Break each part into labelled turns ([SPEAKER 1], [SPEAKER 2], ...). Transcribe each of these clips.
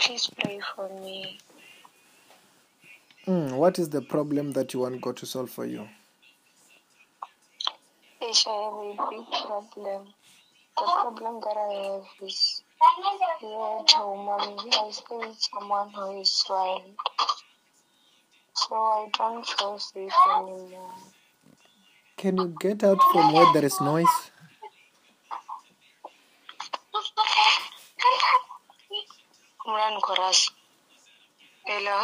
[SPEAKER 1] Please pray for me.
[SPEAKER 2] Mm, what is the problem that you want God to solve for you?
[SPEAKER 1] It's a big problem. The problem that I have is that woman. I stay with someone who is blind. So I don't feel safe anymore.
[SPEAKER 2] Can you get out from where there is noise?
[SPEAKER 1] Run, Koras. Hello?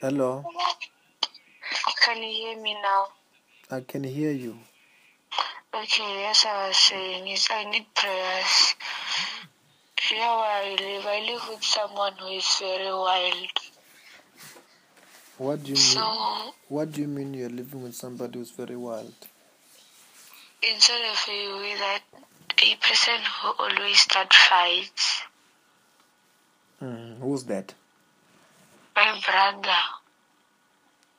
[SPEAKER 2] Hello,
[SPEAKER 1] Can you hear me now?
[SPEAKER 2] I can hear you.
[SPEAKER 1] Okay, as I was saying, is I need prayers. Here where I live, I live with someone who is very wild.
[SPEAKER 2] What do you mean?
[SPEAKER 1] So
[SPEAKER 2] What do you mean you're living with somebody who's very wild?
[SPEAKER 1] instead of a way that a person who always start fights,
[SPEAKER 2] Mm, who's that?
[SPEAKER 1] my brother,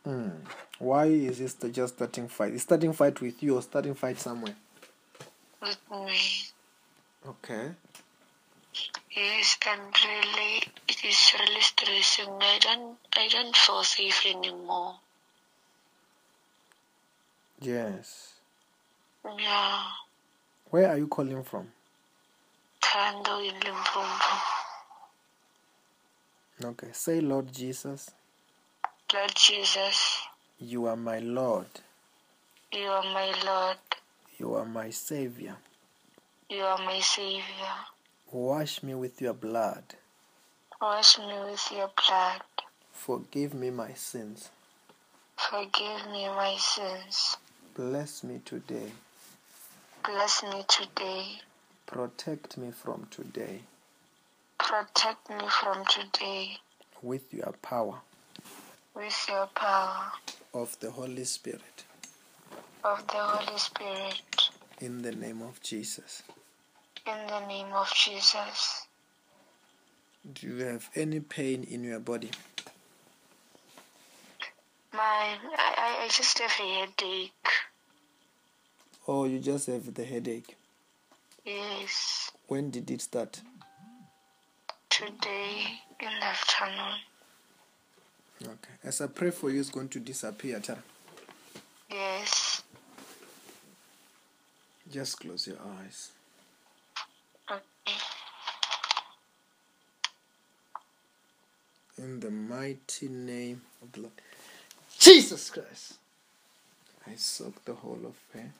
[SPEAKER 2] Mm. Why is he st- just starting fight? He's starting fight with you or starting fight somewhere?
[SPEAKER 1] with me.
[SPEAKER 2] Okay.
[SPEAKER 1] Yes, and really, it is really stressing me. I don't, I don't feel safe anymore.
[SPEAKER 2] Yes.
[SPEAKER 1] Yeah,
[SPEAKER 2] Where are you calling from?
[SPEAKER 1] Tando in Limbombo.
[SPEAKER 2] Okay. Say, Lord Jesus,
[SPEAKER 1] Lord Jesus,
[SPEAKER 2] you are my Lord.
[SPEAKER 1] you are my Lord.
[SPEAKER 2] You are my Savior.
[SPEAKER 1] You are my Savior.
[SPEAKER 2] Wash me with your blood.
[SPEAKER 1] Wash me with your blood.
[SPEAKER 2] Forgive me my sins.
[SPEAKER 1] Forgive me my sins.
[SPEAKER 2] Bless me today.
[SPEAKER 1] Bless me today.
[SPEAKER 2] Protect me from today
[SPEAKER 1] Protect me from today
[SPEAKER 2] with your power
[SPEAKER 1] with your power
[SPEAKER 2] of the Holy Spirit.
[SPEAKER 1] of the Holy Spirit.
[SPEAKER 2] In the name of Jesus.
[SPEAKER 1] In the name of Jesus.
[SPEAKER 2] Do you have any pain in your body?
[SPEAKER 1] My, I, I- I just have a headache.
[SPEAKER 2] Or you just have the headache?
[SPEAKER 1] Yes,
[SPEAKER 2] When did it start?
[SPEAKER 1] today in the afternoon.
[SPEAKER 2] Okay. As I pray for you, it's going to disappear. Tara.
[SPEAKER 1] Yes,
[SPEAKER 2] Just close your eyes.
[SPEAKER 1] okay.
[SPEAKER 2] In the mighty name of the Lord Jesus Christ, I soak the whole of her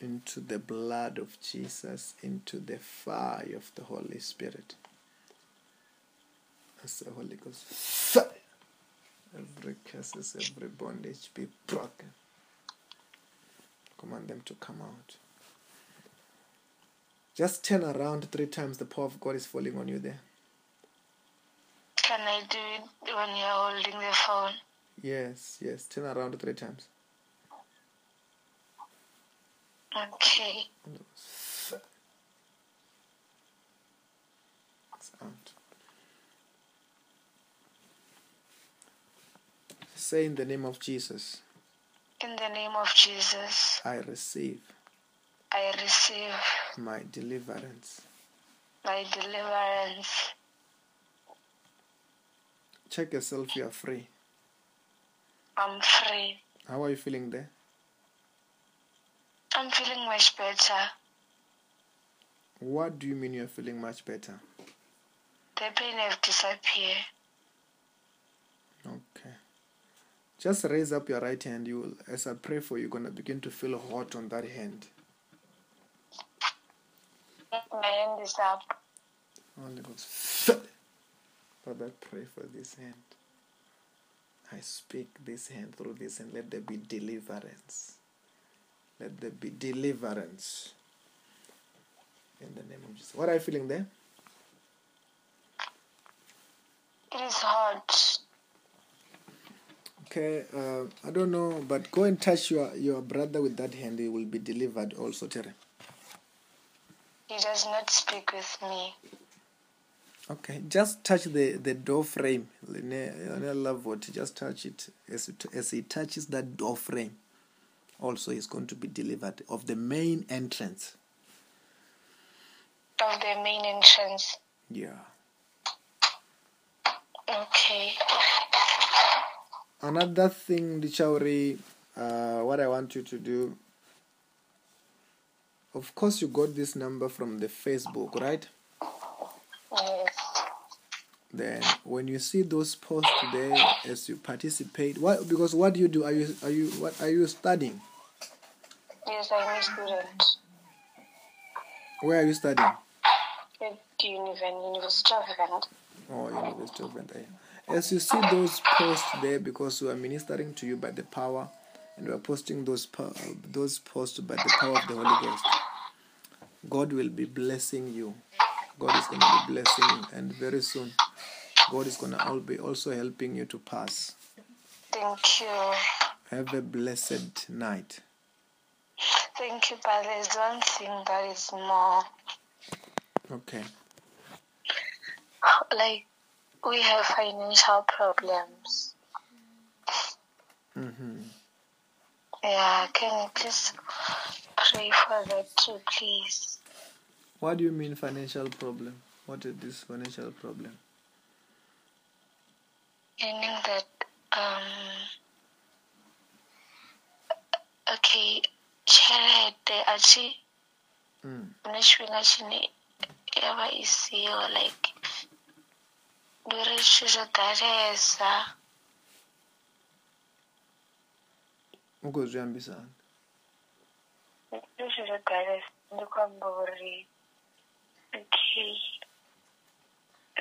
[SPEAKER 2] into the blood of Jesus, into the fire of the Holy Spirit. As the Holy Ghost, fire. Every curses, every bondage be broken. Command them to come out. Just turn around three times. The power of God is falling on you there.
[SPEAKER 1] Can I do it when you're holding the phone?
[SPEAKER 2] Yes, yes. Turn around three times.
[SPEAKER 1] Okay,
[SPEAKER 2] And it was f- It's out. Say in the name of Jesus,
[SPEAKER 1] in the name of Jesus,
[SPEAKER 2] I receive
[SPEAKER 1] I receive
[SPEAKER 2] my deliverance.
[SPEAKER 1] my deliverance.
[SPEAKER 2] Check yourself, you are free.
[SPEAKER 1] I'm free.
[SPEAKER 2] How are you feeling there?
[SPEAKER 1] I'm feeling much better.
[SPEAKER 2] What do you mean you're feeling much better?
[SPEAKER 1] The pain have disappeared.
[SPEAKER 2] Okay. Just raise up your right hand. You will, as I pray for you, you're gonna begin to feel hot on that hand.
[SPEAKER 1] My hand is up.
[SPEAKER 2] Holy Ghost. Fill it. Father, pray for this hand. I speak this hand through this hand. Let there be deliverance. Let there be deliverance. In the name of Jesus. What are you feeling there?
[SPEAKER 1] It is hot.
[SPEAKER 2] Okay, uh, I don't know, but go and touch your, your brother with that hand. He will be delivered also, Tere.
[SPEAKER 1] He does not speak with me.
[SPEAKER 2] Okay, just touch the, the door frame. Lene- Lene Lavot, Just touch it. As, it. as he touches that door frame, also he's going to be delivered of the main entrance.
[SPEAKER 1] Of the main entrance.
[SPEAKER 2] Yeah.
[SPEAKER 1] Okay.
[SPEAKER 2] another thing ndichauri uh, what i want you to do of course you got this number from the facebook right
[SPEAKER 1] Yes.
[SPEAKER 2] then when you see those posts there as you participate what because what do you do are you are you what are you studying
[SPEAKER 1] Yes, I'm a student
[SPEAKER 2] where are you studying
[SPEAKER 1] at the Univen, University of Uganda.
[SPEAKER 2] Oh, University of Vendaya. As you see those posts there, because we are ministering to you by the power, and we are posting those po- uh, those posts by the power of the Holy Ghost. God will be blessing you. God is going to be blessing you, and very soon, God is going to all be also helping you to pass.
[SPEAKER 1] Thank you.
[SPEAKER 2] Have a blessed night.
[SPEAKER 1] Thank you, but there's one thing that is more
[SPEAKER 2] Okay.
[SPEAKER 1] like we have financial problems.
[SPEAKER 2] Mm-hmm.
[SPEAKER 1] Yeah, can you please pray for that too, please?
[SPEAKER 2] What do you mean financial problem? What is this financial problem?
[SPEAKER 1] Meaning that, um, okay, tshelede a tshi
[SPEAKER 2] Mm.
[SPEAKER 1] hune tshifhinga tshine ya vha i siho like ndi uri zwithu zwo ḓalesa
[SPEAKER 2] Ukuzviambisana.
[SPEAKER 1] ndi zwithu zwo ḓalesa ndi khou amba uri okay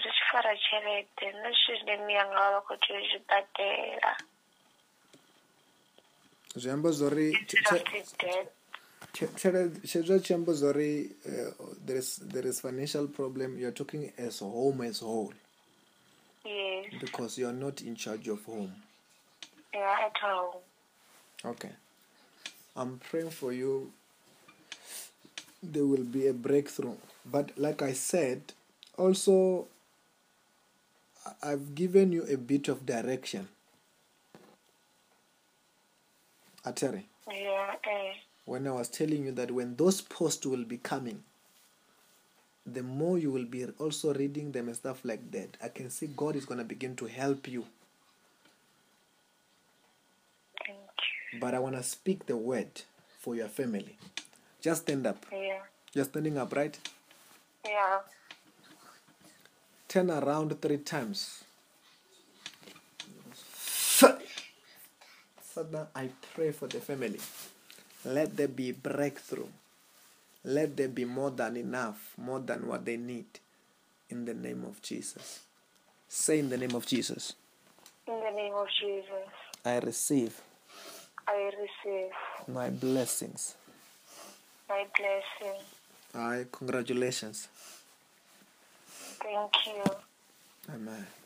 [SPEAKER 1] ri tshi fara tshelede ndi zwithu zwine miyanga vha vha khou tea u zwi badela
[SPEAKER 2] zwi amba zwori tshe-
[SPEAKER 1] instead of
[SPEAKER 2] tshe-
[SPEAKER 1] the debt
[SPEAKER 2] tshezwo tshi amba zwori uh, there, is, there is financial problem youare talking as home as whole
[SPEAKER 1] yes
[SPEAKER 2] because youare not in charge of home
[SPEAKER 1] yeah at home
[SPEAKER 2] okay i'm praying for you there will be a breakthrough but like i said also I- i've given you a bit of direction atari
[SPEAKER 1] yeah eh
[SPEAKER 2] when I was telling you that when those posts will be coming, the more you will be also reading them and stuff like that, I can see God is going to begin to help you.
[SPEAKER 1] thank you
[SPEAKER 2] But I want to speak the word for your family. Just stand up.
[SPEAKER 1] yeah
[SPEAKER 2] You're standing up, right?
[SPEAKER 1] yeah
[SPEAKER 2] Turn around three times. Father, I pray for the family. Let there be breakthrough. Let there be more than enough, more than what they need. In the name of Jesus. Say in the name of Jesus.
[SPEAKER 1] in the name of Jesus
[SPEAKER 2] I receive
[SPEAKER 1] I receive
[SPEAKER 2] my blessings.
[SPEAKER 1] my blessing
[SPEAKER 2] I congratulations.
[SPEAKER 1] thank you
[SPEAKER 2] Amen.